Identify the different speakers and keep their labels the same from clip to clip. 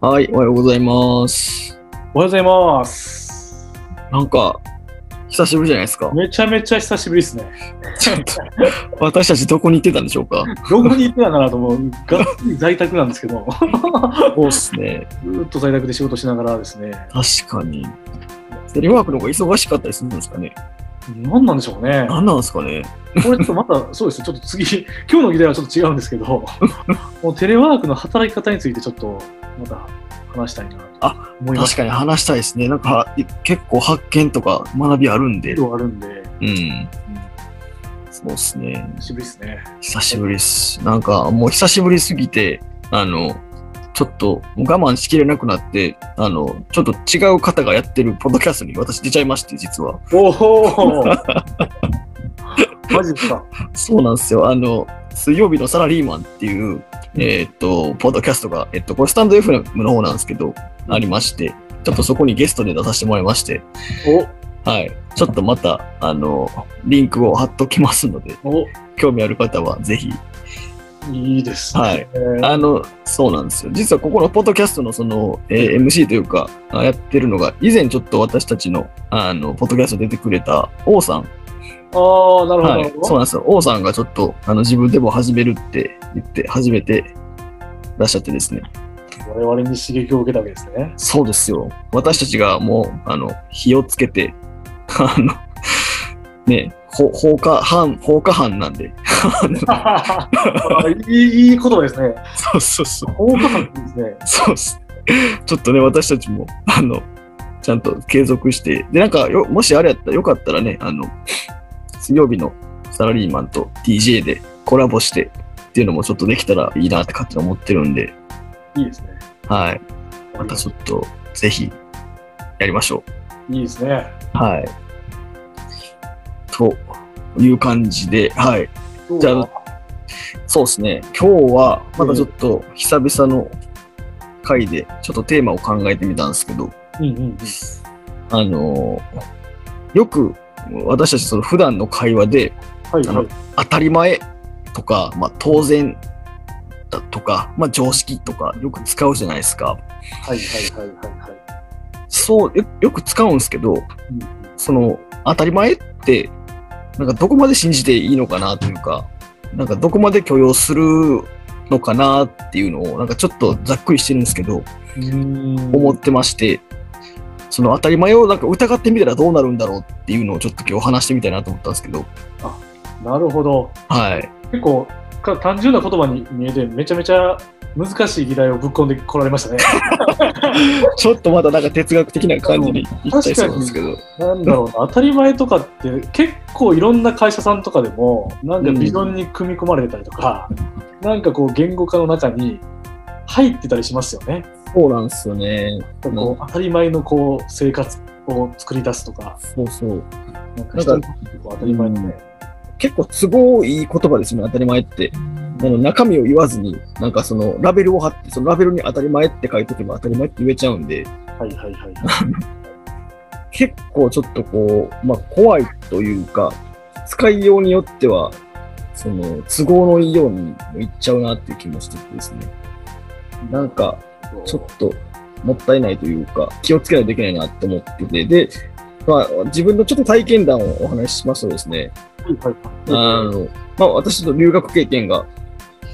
Speaker 1: はい、おはようございます。
Speaker 2: おはようございます。
Speaker 1: なんか、久しぶりじゃないですか。
Speaker 2: めちゃめちゃ久しぶりですね。
Speaker 1: ちょっと、私たちどこに行ってたんでしょうか。
Speaker 2: どこに行ってたんだなと思う。がっつり在宅なんですけど、
Speaker 1: そうですね。
Speaker 2: ずーっと在宅で仕事しながらですね。
Speaker 1: 確かに。テレワークの方が忙しかったりするんですかね。
Speaker 2: 何なんでしょうね。
Speaker 1: 何なんですかね。
Speaker 2: これちょっとまた、そうですね。ちょっと次、今日の議題はちょっと違うんですけど、もうテレワークの働き方についてちょっとまた話したいなと思いま
Speaker 1: 確
Speaker 2: す。
Speaker 1: かに話したいですね。なんか、い結構発見とか学びあるんで。
Speaker 2: 色あるんで、
Speaker 1: うん。そうですね。
Speaker 2: 渋いですね。
Speaker 1: 久しぶりです。なんか、もう久しぶりすぎて、あの、ちょっともう我慢しきれなくなって、あの、ちょっと違う方がやってるポッドキャストに私出ちゃいまして、実は。
Speaker 2: おおマジですか。
Speaker 1: そうなんですよ。あの、水曜日のサラリーマンっていう、えーっと、ポッドキャストが、えっと、これスタンド FM の方なんですけど、ありまして、ちょっとそこにゲストで出させてもらいまして、はい。ちょっとまた、あの、リンクを貼っときますので、
Speaker 2: お、お、
Speaker 1: 興味ある方はぜひ。
Speaker 2: いいですね。
Speaker 1: はい。あの、そうなんですよ。実はここのポッドキャストのその、えー MC というか、あやってるのが、以前ちょっと私たちの、あの、ポッドキャスト出てくれた王さん
Speaker 2: ああ、なるほど。
Speaker 1: は
Speaker 2: ないる、ほど
Speaker 1: そうなんですよ。王さんがちょっとあの自分でも始めるって言って、始めてらっしゃってですね。
Speaker 2: 我々に刺激を受けたわけですね。
Speaker 1: そうですよ。私たちがもう、あの、火をつけて、あの、 ね、ほ放火犯、放火犯なんで。
Speaker 2: あ いいいい言葉ですね。
Speaker 1: そうそうそう。
Speaker 2: 効果感ですね。
Speaker 1: そうっす。ちょっとね、私たちも、あの、ちゃんと継続して、で、なんかよ、もしあれやったらよかったらね、あの、水曜日のサラリーマンと DJ でコラボしてっていうのもちょっとできたらいいなって勝手に思ってるんで、
Speaker 2: いいですね。
Speaker 1: はい。またちょっと、ぜひ、やりましょ
Speaker 2: いいですね。
Speaker 1: う。はい。という感じで、はい。
Speaker 2: どう
Speaker 1: じゃあそうですね。今日は、またちょっと、久々の回で、ちょっとテーマを考えてみたんですけど、
Speaker 2: うんうんうん。
Speaker 1: あのーよく、私たちその普段の会話で、
Speaker 2: はい
Speaker 1: あの
Speaker 2: はい。
Speaker 1: 当たり前とか、まあ、当然だとか、まあ、常識とか、よく使うじゃないですか。
Speaker 2: はいはいはいはいはい。
Speaker 1: そう、よよく使うんですけど、
Speaker 2: うん
Speaker 1: その当たり前ってなんかどこまで信じていいのかなというかなんかどこまで許容するのかなっていうのをなんかちょっとざっくりしてるんですけど
Speaker 2: うん
Speaker 1: 思ってましてその当たり前をなんか疑ってみたらどうなるんだろうっていうのをちょっと今日話してみたいなと思ったんですけど
Speaker 2: なるほど。
Speaker 1: はい
Speaker 2: 結構か単純な言葉に見えてめちゃめちゃ難しい議題をぶっ込んでこられま したね。
Speaker 1: ちょっとまだなんか哲学的な感じにいっちゃいそうなんですけど
Speaker 2: なんだろうな、当たり前とかって結構いろんな会社さんとかでも、なんかビジョンに組み込まれてたりとか、なんかこう言語化の中に入ってたりしますよね。
Speaker 1: そうなんですよね
Speaker 2: なんかこう当たり前のこう生活を作り出すとか、
Speaker 1: そうそう
Speaker 2: なんか人にとってこう当たり前のね。
Speaker 1: 結構都合いい言葉ですよね当たり前ってあの中身を言わずに、なんかそのラベルを貼って、そのラベルに当たり前って書いとけば当たり前って言えちゃうんで、
Speaker 2: はいはいはいは
Speaker 1: 結構ちょっとこう、まあ怖いというか、使いようによっては、その都合のいいようにいっちゃうなっていう気もしててですね。
Speaker 2: い。
Speaker 1: なんか、
Speaker 2: こう、
Speaker 1: ちょっともったいないというか、気をつけないといけないなって思ってて、で、まあ自分のちょっと体験談をお話ししますとですね、
Speaker 2: はいはい
Speaker 1: あ
Speaker 2: は
Speaker 1: の、まあ私の留学経験が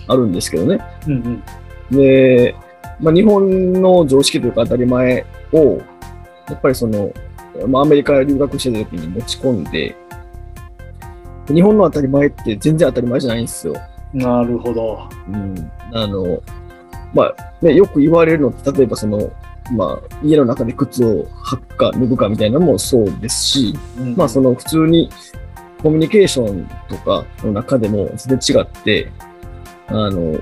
Speaker 1: あるんですけどね、
Speaker 2: い。うんうん。
Speaker 1: で、まあ、日本の常識というか当たり前を、やっぱりその、まあ、アメリカ留学してた時に持ち込んで、日本の当たり前って全然当たり前じゃないんですよ。
Speaker 2: なるほど。
Speaker 1: うん。あの、まあ、ね、よく言われるのって、例えばその、まあ、家の中で靴を履くか脱ぐかみたいなのもそうですし、
Speaker 2: うん
Speaker 1: まあその普通にコミュニケーションとかの中でも全然違って、あの、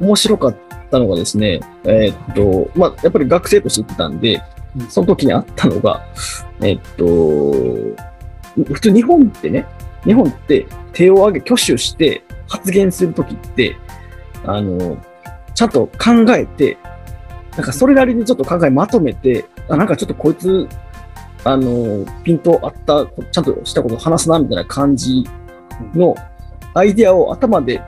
Speaker 1: 面白かったのがですね、えーっと、まあやっぱり学生として行ってたんで、
Speaker 2: うん
Speaker 1: その時にあったのが、えーっと、普通日本ってね、日本って手を挙げ、挙手して発言するときって、あの、ちゃんと考えて、なんかそれなりにちょっと考えまとめて、あ、なんかちょっとこいつ、あの、ピントあった、こちゃんとしたこと話すな、みたいな感じのアイデアを頭で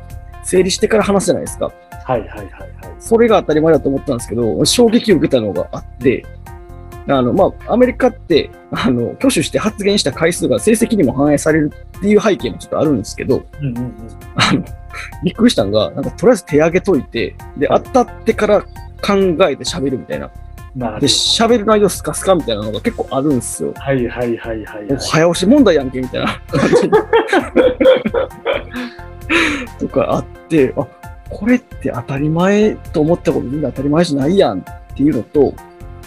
Speaker 1: 整理してから話すじゃないですか。
Speaker 2: はいはいはいはい。
Speaker 1: それが当たり前だと思ったんですけど、衝撃を受けたのがあって、あの、まあ、アメリカって、あの、挙手して発言した回数が成績にも反映されるっていう背景もちょっとあるんですけど、
Speaker 2: うんうんうん。
Speaker 1: あの、びっくりしたのが、なんかとりあえず手上げといて、で、当たってから考えて喋るみたいな。
Speaker 2: なるほ
Speaker 1: で、
Speaker 2: ど。
Speaker 1: 喋る内容スカスカみたいなのが結構あるんですよ。
Speaker 2: はいはいはいはい、
Speaker 1: もう
Speaker 2: はい。
Speaker 1: 早押し問題やんけみたい な感じとかあってあこれって当たり前と思ったことみんな当たり前じゃないやんっていうのと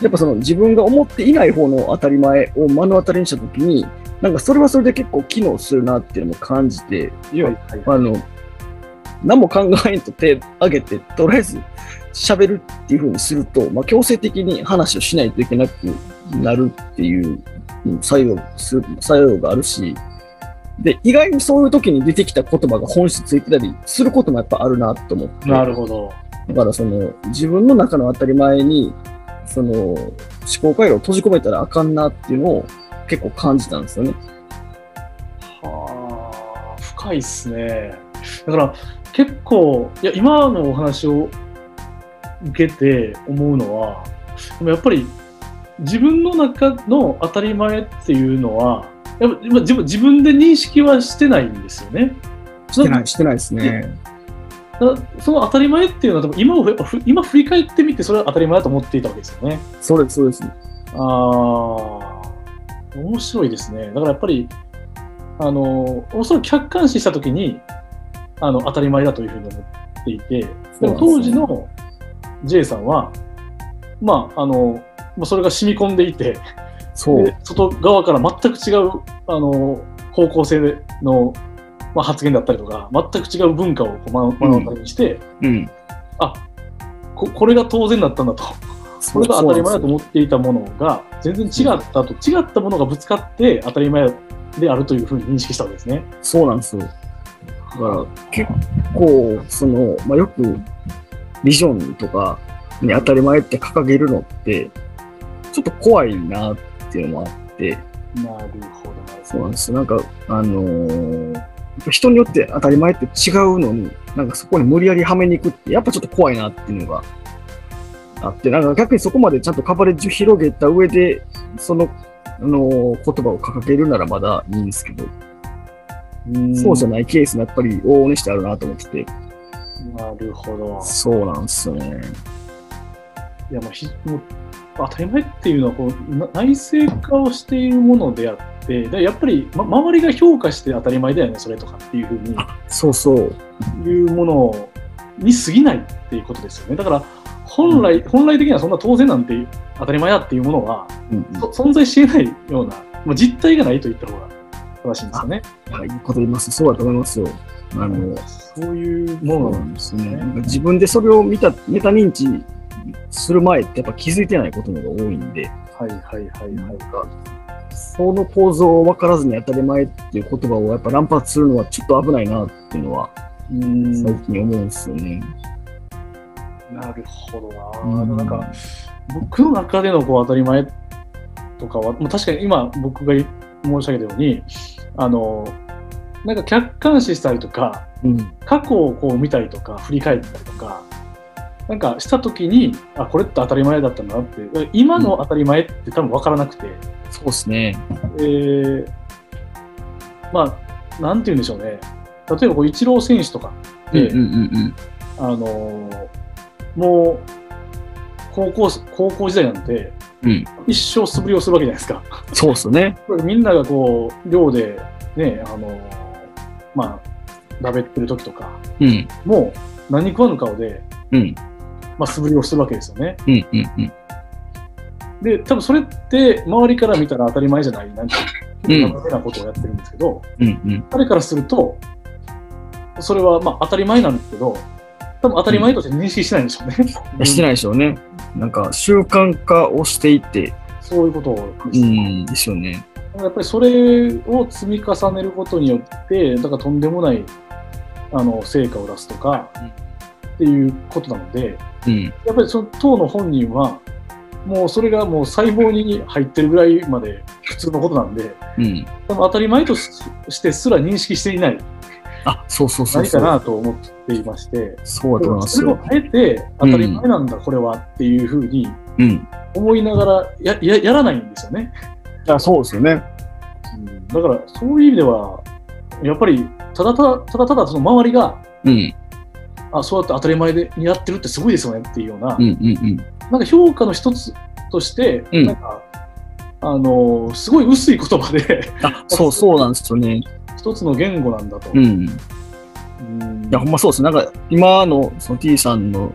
Speaker 1: やっぱその自分が思っていない方の当たり前を目の当たりにした時になんかそれはそれで結構機能するなっていうのも感じて
Speaker 2: はいはいはい
Speaker 1: あの何も考えんと手挙げてとりあえず喋るっていう風にすると、まあ、強制的に話をしないといけなくなるっていううん作用する作用があるしで意外にそういう時に出てきた言葉が本質ついてたりすることもやっぱあるなと思って
Speaker 2: なるほど。
Speaker 1: だからその自分の中の当たり前にその思考回路を閉じ込めたらあかんなっていうのを結構感じたんですよね。
Speaker 2: はあ、深いっすね。だから結構、いや、今のお話を受けて思うのは、でもやっぱり自分の中の当たり前っていうのは、やっぱ今自分自分で認識はしてないんですよね。
Speaker 1: してない、してないですね。
Speaker 2: だその当たり前っていうのは多分今をやっぱふ今振り返ってみてそれは当たり前だと思っていたわけですよね。
Speaker 1: そうです、そうです。
Speaker 2: ああ、面白いですね。だからやっぱり、あの、それを客観視したときに、あの、当たり前だというふうに思っていて、でも当時の J さんは、まあ、あの、もうそれが染み込んでいて、
Speaker 1: そう
Speaker 2: で外側から全く違う、あの、方向性の、まあ、発言だったりとか、全く違う文化をこう目の目の当たりにして、
Speaker 1: うん。
Speaker 2: あここれが当然だったんだと。
Speaker 1: そ
Speaker 2: それが当たり前だと思っていたものが全然違ったと違ったものがぶつかって当たり前であるというふうに認識したわけですね。
Speaker 1: そうなんですよ。だから結構、その、まあ、よくビジョンとかに当たり前って掲げるのって、ちょっと怖いなっていうのもあって、
Speaker 2: なるほど
Speaker 1: そうなんです。なんか、あのーやっぱ人によって当たり前って違うのに、なんかそこに無理やりはめに行くって、やっぱちょっと怖いなっていうのがあって、なんか逆にそこまでちゃんとカバレッジを広げた上で、その、あのー言葉を掲げるならまだいいんですけど、そうじゃ
Speaker 2: ね。
Speaker 1: ないケースもやっぱり往々にしてあるなと思ってて。
Speaker 2: なるほど。
Speaker 1: そうなんですよね。
Speaker 2: いやもうひもう当たり前っていうのはこうな内製化をしているものであってでやっぱり、ま、周りが評価して当たり前だよねそれとかっていうふうに
Speaker 1: そうそう。
Speaker 2: いうものに過ぎないっていうことですよね。だから本来、本来的にはそんな当然なんて当たり前だっていうものは
Speaker 1: うんうん
Speaker 2: そ存在し得ないような、もう実態がないと言った方が正しいんですよね。
Speaker 1: はい、いいこと言います。そうだと思いますよ。あの、
Speaker 2: そういうも
Speaker 1: そ
Speaker 2: の
Speaker 1: う
Speaker 2: な
Speaker 1: なんんですね。なんか自分でそれを見た、メタ認知する前ってやっぱ気づいてないことの方が多いんで、
Speaker 2: はいはいはい
Speaker 1: な
Speaker 2: は
Speaker 1: ん
Speaker 2: い。
Speaker 1: か、その構造を分からずに当たり前っていう言葉をやっぱ乱発するのはちょっと危ないなっていうのは
Speaker 2: うーん
Speaker 1: 最近思うんですよね。
Speaker 2: なるほどな。
Speaker 1: うん
Speaker 2: なんか僕の中でのこう当たり前とかは、もう確かに今僕が言い申し上げたように、あの、なんか客観視したりとか、
Speaker 1: うん。
Speaker 2: 過去をこう見たりとか振り返ったりとかなんかした時にあこれって当たり前だったんだなって今の当たり前って多分分からなくて、
Speaker 1: そうですね。
Speaker 2: えーまあなんて言うんでしょうね例えばこうイチロー選手とかって、
Speaker 1: うん
Speaker 2: あのーもう高校高校時代なんて
Speaker 1: うん。うん。
Speaker 2: 一生素振りをするわけじゃないですか。
Speaker 1: そうですね。
Speaker 2: これみんながこう寮でねあのーまあだべってる時とか
Speaker 1: うん。
Speaker 2: もう何食わぬ顔で
Speaker 1: うん。
Speaker 2: まあ、素振りをするわけですよね。
Speaker 1: うんうんうん。
Speaker 2: で、多分それって周りから見たら当たり前じゃない、なんか、
Speaker 1: うん
Speaker 2: ダメなことをやってるんですけど、
Speaker 1: うんうん。
Speaker 2: 彼からすると、それはまあ当たり前なんですけど、多分当たり前として認識しないんでしょうね。
Speaker 1: してないでしょうね。なんか習慣化をしていて、
Speaker 2: そういうことで
Speaker 1: う
Speaker 2: す。
Speaker 1: ん、ですよね。
Speaker 2: やっぱりそれを積み重ねることによって、だからとんでもないあの成果を出すとかっていうことなので、
Speaker 1: うん。
Speaker 2: やっぱりその当の本人は、もうそれがもう細胞に入ってるぐらいまで普通のことなんで、
Speaker 1: うん。
Speaker 2: 多分当たり前とししてすら認識していない
Speaker 1: あ、そうそうそう
Speaker 2: 何
Speaker 1: そ
Speaker 2: か
Speaker 1: う。
Speaker 2: なと思っていまして、
Speaker 1: そうだと思いま
Speaker 2: そ
Speaker 1: す
Speaker 2: れを
Speaker 1: よ。
Speaker 2: 変えて、当たり前なんだ、これはっていうふうに
Speaker 1: うん。
Speaker 2: 思いながらやややらないんですよね。
Speaker 1: あそうですよね。
Speaker 2: うんだから、そういう意味では、やっぱりただただ、ただただその周りが、
Speaker 1: うん。
Speaker 2: あそうやって当たり前でにやってるってすごいですよねっていうような、
Speaker 1: うんうん
Speaker 2: なんか評価の一つとして、
Speaker 1: うん
Speaker 2: なんか、あのーすごい薄い言葉で
Speaker 1: うん。あ、そうそうなんですよね。
Speaker 2: 一つの言語なんだと。
Speaker 1: うん。い
Speaker 2: うん
Speaker 1: や、ほんまそうです。なんか、今の、その T さんの、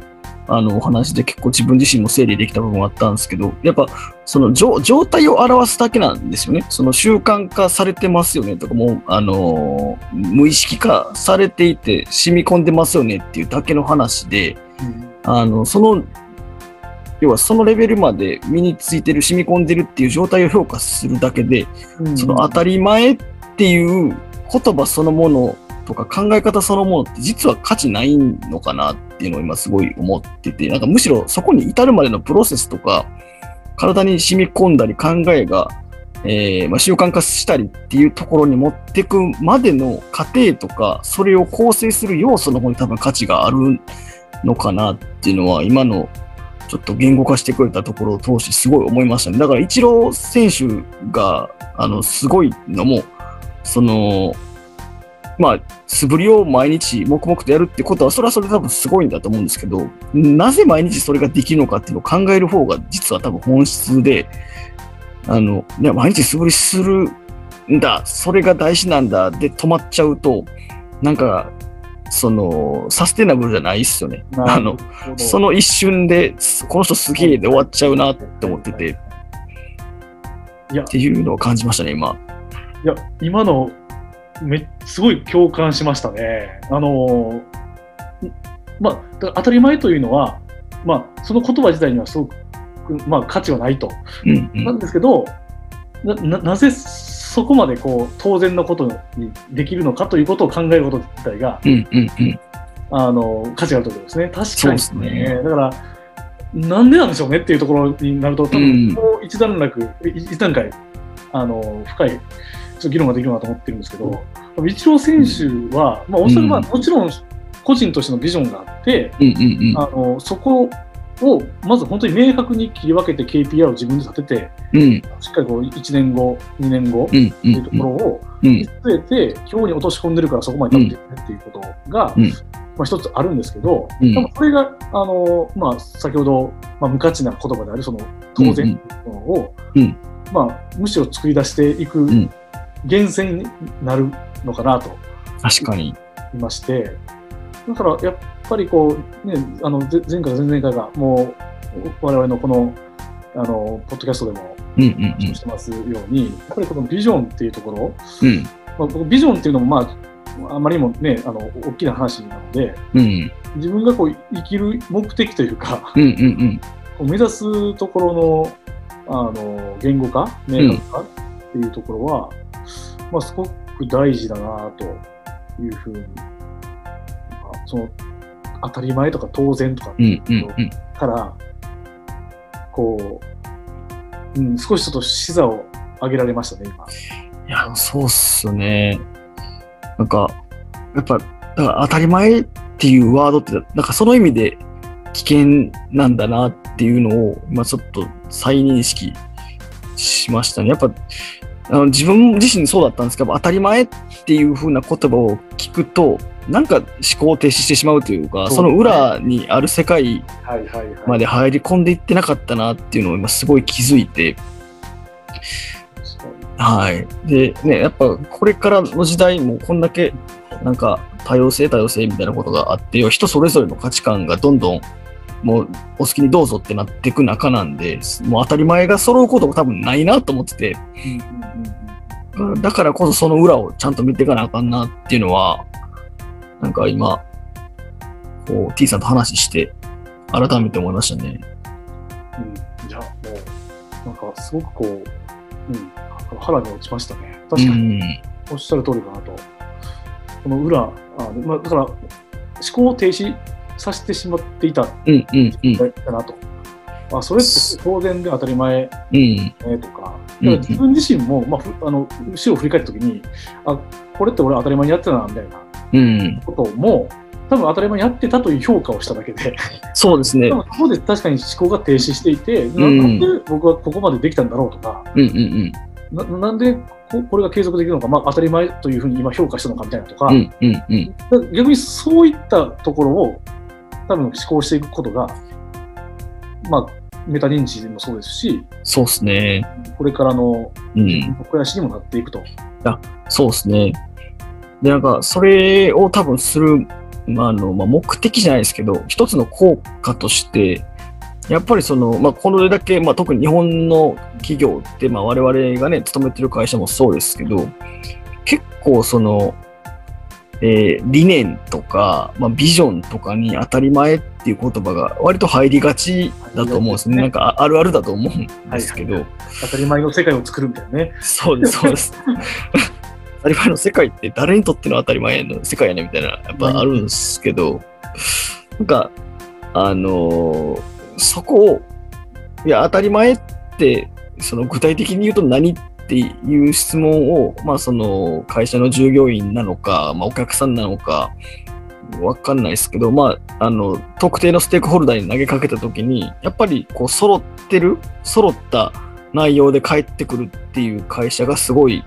Speaker 1: あの、お話で結構自分自身も整理できた部分があったんですけど、やっぱ、その状、状態を表すだけなんですよね。その習慣化されてますよねとか、もう、あのー無意識化されていて、染み込んでますよねっていうだけの話で、
Speaker 2: うん
Speaker 1: あの、その、要はそのレベルまで身についてる、染み込んでるっていう状態を評価するだけで、
Speaker 2: うん
Speaker 1: その当たり前っていう言葉そのものとか考え方そのものって実は価値ないのかなっていうのを今すごい思ってて、なんかむしろそこに至るまでのプロセスとか、体に染み込んだり考えが、えーまあ、習慣化したりっていうところに持ってくまでの過程とか、それを構成する要素の方に多分価値があるのかなっていうのは、今のちょっと言語化してくれたところを通してすごい思いましたね。だから、イチロー選手が、あの、すごいのも、その、まあ、素振りを毎日黙々とやるってことは、それはそれで多分すごいんだと思うんですけど、なぜ毎日それができるのかっていうのを考える方が、実は多分本質で、あの、ね、毎日素振りするんだ、それが大事なんだ、で止まっちゃうと、なんか、その、サステナブルじゃないっすよね。あの、、その一瞬で、すこの人すげえで終わっちゃうなって思ってて、っ。
Speaker 2: いや、
Speaker 1: ていうのを感じましたね、今。
Speaker 2: いや今のめ、すごい共感しましたね。あのー、んまあ、だから当たり前というのは、まあ、その言葉自体にはすごく、まあ、価値はないと。
Speaker 1: うん、う
Speaker 2: なん
Speaker 1: ん。
Speaker 2: ですけど、なななぜそこまでこう当然のことにできるのかということを考えること自体が
Speaker 1: うん、うん、うん。
Speaker 2: あの価値があるということですね。確
Speaker 1: そう
Speaker 2: か
Speaker 1: で
Speaker 2: に
Speaker 1: すね。
Speaker 2: だから、なんでなんでしょうねっていうところになると、多
Speaker 1: うん
Speaker 2: 分もう一段落、い一段階、あの深いちょっと議論ができるなと思ってるんですけど、多分イチロー選手は、まあ、おそらくまあ
Speaker 1: うん
Speaker 2: もちろん個人としてのビジョンがあって、
Speaker 1: うん、うん、
Speaker 2: あのそこをまず本当に明確に切り分けて KPI を自分で立てて、
Speaker 1: うん。うん、
Speaker 2: しっかりこう1年後、2年後っ
Speaker 1: う
Speaker 2: て
Speaker 1: ん、う
Speaker 2: いうところ
Speaker 1: ん。
Speaker 2: を
Speaker 1: うん、
Speaker 2: 据えて、今日に落とし込んでるからそこまで立ってるねっていうことが、
Speaker 1: うん
Speaker 2: まあ、一つあるんですけど、
Speaker 1: うん
Speaker 2: 多分それが、あのまあ、先ほど、まあ、無価値な言葉であるその当然っていうのを、
Speaker 1: うん
Speaker 2: まあ、むしろ作り出していく
Speaker 1: ん
Speaker 2: 源泉になるのかなと
Speaker 1: 確かに。
Speaker 2: いまして、だからやっぱりこう、ね、あのぜ前回、前々回が、もう我々のこのあのポッドキャストでも
Speaker 1: うん、うん、うん
Speaker 2: してますように、やっぱりこのビジョンっていうところ、。
Speaker 1: うん
Speaker 2: まあ、僕ビジョンっていうのも、まあ、あまりにもね、あの大きな話なので、
Speaker 1: うん、
Speaker 2: 自分がこう生きる目的というか、
Speaker 1: うん、うん、
Speaker 2: こう目指すところのあの言語化、明確化っていうところは、まあ、すごく大事だなというふうに、まあその当たり前とか当然とか
Speaker 1: うん、うん、うん、うん。
Speaker 2: から、こう、うん、少しちょっと視座を上げられましたね、今。
Speaker 1: いや、そうっすよね。なんか、やっぱ、だから当たり前っていうワードって、なんかその意味で危険なんだなっていうのを、今ちょっと再認識しましたね。やっぱ、あの自分自身そうだったんですけど、当たり前っていう風な言葉を聞くと、なんか思考停止してしまうというか、
Speaker 2: そう
Speaker 1: その裏にある世界
Speaker 2: はいはいはい。
Speaker 1: まで入り込んでいってなかったなっていうのを今すごい気づいて、はい。で、ね、やっぱこれからの時代もこんだけ、なんか多様性多様性みたいなことがあって、要は人それぞれの価値観がどんどん、もうお好きにどうぞってなっていく中なんで、もう当たり前が揃うことも多分ないなと思ってて、
Speaker 2: うんうんうんうん
Speaker 1: だからこそその裏をちゃんと見ていかなあかんなっていうのは、なんか今、こう T さんと話して、改めて思いましたね。
Speaker 2: うん、いや、もう、なんかすごくこう、うん、腹に落ちましたね。
Speaker 1: う
Speaker 2: 確かに
Speaker 1: ん。
Speaker 2: おっしゃる通りかなと。この裏、あまあ、だから、思考を停止させてしまっていた
Speaker 1: うんうんうん。
Speaker 2: だなと。あそれって当然で当たり前ね
Speaker 1: うん。
Speaker 2: とか、
Speaker 1: うん
Speaker 2: だから自分自身も、まあ、ふあの後ろを振り返ったときに、あこれって俺当たり前にやってたなみたいな
Speaker 1: うん。
Speaker 2: ことも、多分当たり前にやってたという評価をしただけで、
Speaker 1: そうですね。
Speaker 2: 多分 そこで確かに思考が停止していて、な
Speaker 1: うん
Speaker 2: なんで僕はここまでできたんだろうとか、
Speaker 1: うんうんうん。
Speaker 2: ななんでここれが継続できるのか、まあ、当たり前というふうに今評価したのかみたいなとか、
Speaker 1: うんうんうん。
Speaker 2: だから逆にそういったところを多分思考していくことが、まあ、メタ認知でもそうですし、
Speaker 1: そうですね。
Speaker 2: これからの
Speaker 1: うん。
Speaker 2: 肥やしにもなっていくと。
Speaker 1: そうですね。で、なんか、それを多分する、まあ、あの、まあ、目的じゃないですけど、一つの効果として、やっぱりその、まあ、これだけ、まあ、特に日本の企業って、まあ、我々がね、勤めてる会社もそうですけど、結構その、えー理念とか、まあ、ビジョンとかに当たり前っていう言葉が割と入りがちだと思うんですね。なんかあ あるあるだと思うんですけど、
Speaker 2: はい当たり前の世界を作るみたいなね。
Speaker 1: そうです、そうです。当たり前の世界って誰にとっての当たり前の世界やねみたいな、やっぱあるんですけど、なんか、あのーそこを、いや、当たり前って、その具体的に言うと何っていう質問を、まあ、その会社の従業員なのか、まあ、お客さんなのか、わかんないですけど、まあ、あの、特定のステークホルダーに投げかけたときに、やっぱり、こう、揃ってる、揃った内容で返ってくるっていう会社がすごい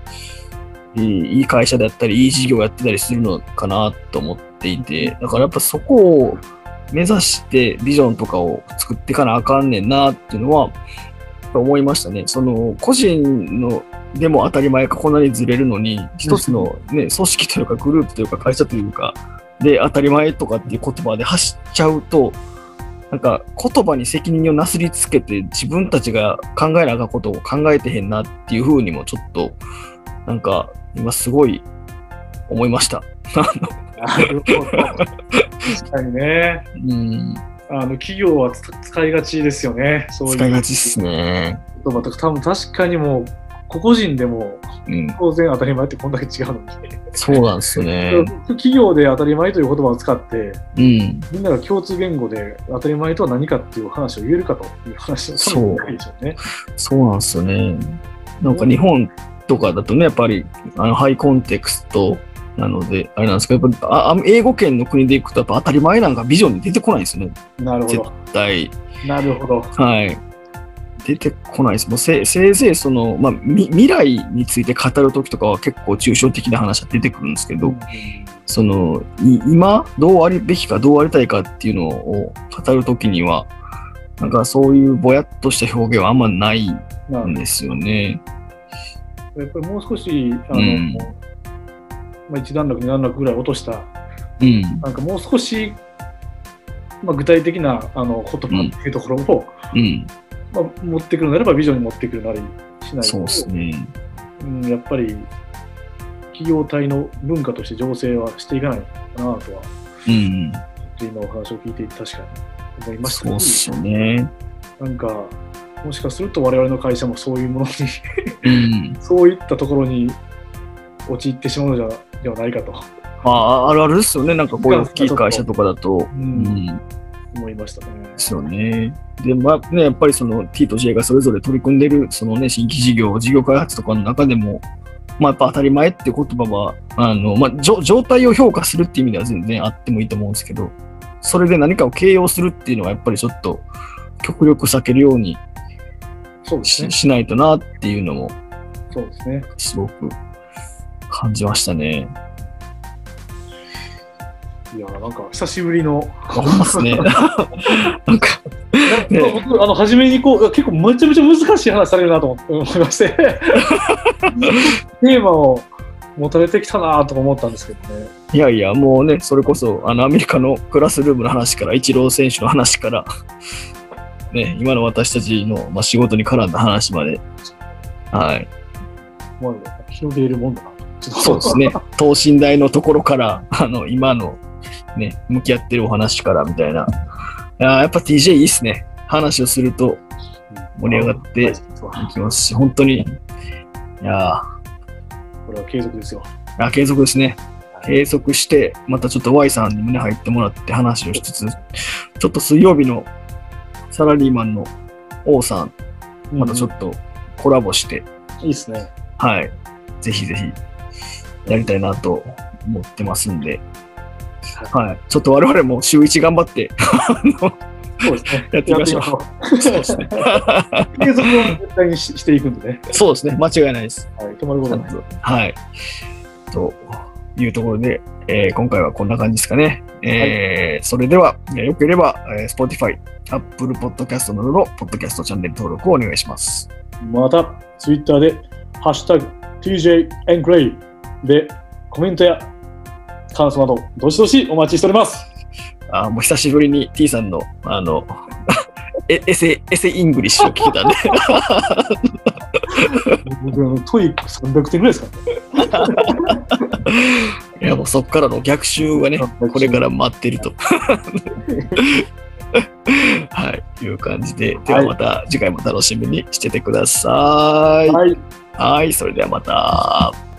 Speaker 1: いいいい会社だったりいい事業やってたりするのかなと思っていてだからやっぱそこを目指してビジョンとかを作っていかなあかんねんなっていうのは思いましたねその個人のでも当たり前かこんなにずれるのに一つの、ね、組織というかグループというか会社というかで当たり前とかっていう言葉で走っちゃうとなんか言葉に責任をなすりつけて自分たちが考えなあかんことを考えてへんなっていうふうにもちょっとなんか今すごい思いました。
Speaker 2: なるほど。確かにね。
Speaker 1: うん、
Speaker 2: あの企業はつ使いがちですよね。そういう
Speaker 1: 使いがちっすね。
Speaker 2: 言葉とか多分確かにもう個々人でも
Speaker 1: うん、
Speaker 2: 当然当たり前ってこんだけ違うのに、
Speaker 1: そうなんですよね。
Speaker 2: 企業で当たり前という言葉を使って
Speaker 1: うん、
Speaker 2: みんなが共通言語で当たり前とは何かっていう話を言えるかという話を多分ないでしょうね。
Speaker 1: そうなんですよね。なんか日本とかだとね、やっぱりあのハイコンテクストなので、あれなんですけど、やっぱああ英語圏の国で行くと、やっぱ当たり前なんかビジョンに出てこないんですよね、
Speaker 2: なるほど。
Speaker 1: 絶対。
Speaker 2: なるほど。
Speaker 1: はい。出てこないです。もうせせいぜいその、まあ、み未来について語るときとかは結構抽象的な話は出てくるんですけど、
Speaker 2: うん
Speaker 1: そのい今どうあるべきかどうありたいかっていうのを語るときには、なんかそういうぼやっとした表現はあんまないん
Speaker 2: なる
Speaker 1: ですよね。
Speaker 2: ほどやっぱりもう少しあの、
Speaker 1: うん
Speaker 2: まあ、一段落二段落ぐらい落とした
Speaker 1: うん。
Speaker 2: なんかもう少し、まあ、具体的なあの言葉っていうところを、
Speaker 1: うん。
Speaker 2: まあ、持ってくるならばビジョンに持ってくるなりしないと
Speaker 1: そうですね。
Speaker 2: うん、やっぱり企業体の文化として醸成はしていかないかなとは
Speaker 1: うん。
Speaker 2: ちょっと今お話を聞いていて確かに思いまし
Speaker 1: そう
Speaker 2: た
Speaker 1: っす
Speaker 2: し
Speaker 1: よね。
Speaker 2: なんかもしかすると我々の会社もそういうもの
Speaker 1: う
Speaker 2: に
Speaker 1: ん。
Speaker 2: そういったところに陥ってしまうのじゃではないかと
Speaker 1: まあ、あるあるっすよね。なんかこういう大きい会社とかだと。
Speaker 2: う
Speaker 1: うんん。
Speaker 2: 思いましたね。
Speaker 1: ですよね。で、まあね、やっぱりその T と J がそれぞれ取り組んでる、そのね、新規事業、事業開発とかの中でも、まあやっぱ当たり前って言葉は、あの、まあ、じょ状態を評価するっていう意味では全然あってもいいと思うんですけど、それで何かを形容するっていうのはやっぱりちょっと極力避けるように
Speaker 2: そうです
Speaker 1: し,、
Speaker 2: ね。
Speaker 1: しないとなっていうのも
Speaker 2: そうですね。
Speaker 1: すごく感じましたね。
Speaker 2: いやなんか久しぶりの。
Speaker 1: ほんまっす ね。 なんか、ね
Speaker 2: 僕あの初めにこう結構めちゃめちゃ難しい話されるなと思思いまして テーマを持たれてきたなとか思ったんですけどね
Speaker 1: いやいや、もうね、それこそ、あの、アメリカのクラスルームの話から、イチロー選手の話から、 ね、今の私たちの、まあ、仕事に絡んだ話まで、はい、
Speaker 2: まあ広げるもんだなちょっと
Speaker 1: そうです ね、等身大のところから、あの、今の、ね、向き合ってるお話から、みたいな。いやーやっぱ TJ いいっすね。話をすると盛り上がっていきますし、本当に、いや
Speaker 2: これは継続ですよ
Speaker 1: ーあ継続ですね。継続して、またちょっと Y さんに胸入ってもらって話をしつつ、ちょっと水曜日のサラリーマンの王さん、またちょっとコラボして、
Speaker 2: いいですね
Speaker 1: はい、ぜひぜひやりたいなと思ってますんで、はい。ちょっと我々も週一頑張って、
Speaker 2: そうです ね。
Speaker 1: やってみましょうそうです ね。
Speaker 2: う。継続を絶対にししていくん でね。
Speaker 1: そうですね。間違いないです。
Speaker 2: はい、止まることない。
Speaker 1: はい。というところで、えー今回はこんな感じですかね。えーそれでは、えーよければ、えー Spotify、Apple Podcast などのポッドキャストチャンネル登録をお願いします。
Speaker 2: また、ツイッターで、ハッシュタグ TJ エンクレイでコメントや感想など、どしどしお待ちしており ます。
Speaker 1: あーもう久しぶりに T さんの、あの、 えエセ、エセイングリッシュを聞けたん で、
Speaker 2: 僕、あのトイック300点ぐらいですか
Speaker 1: いやもうそこからの逆襲がね、これから待ってると。 はい、いう感じで、ではまた次回も楽しみにしててください。
Speaker 2: ら。はい。
Speaker 1: はい、それではまた。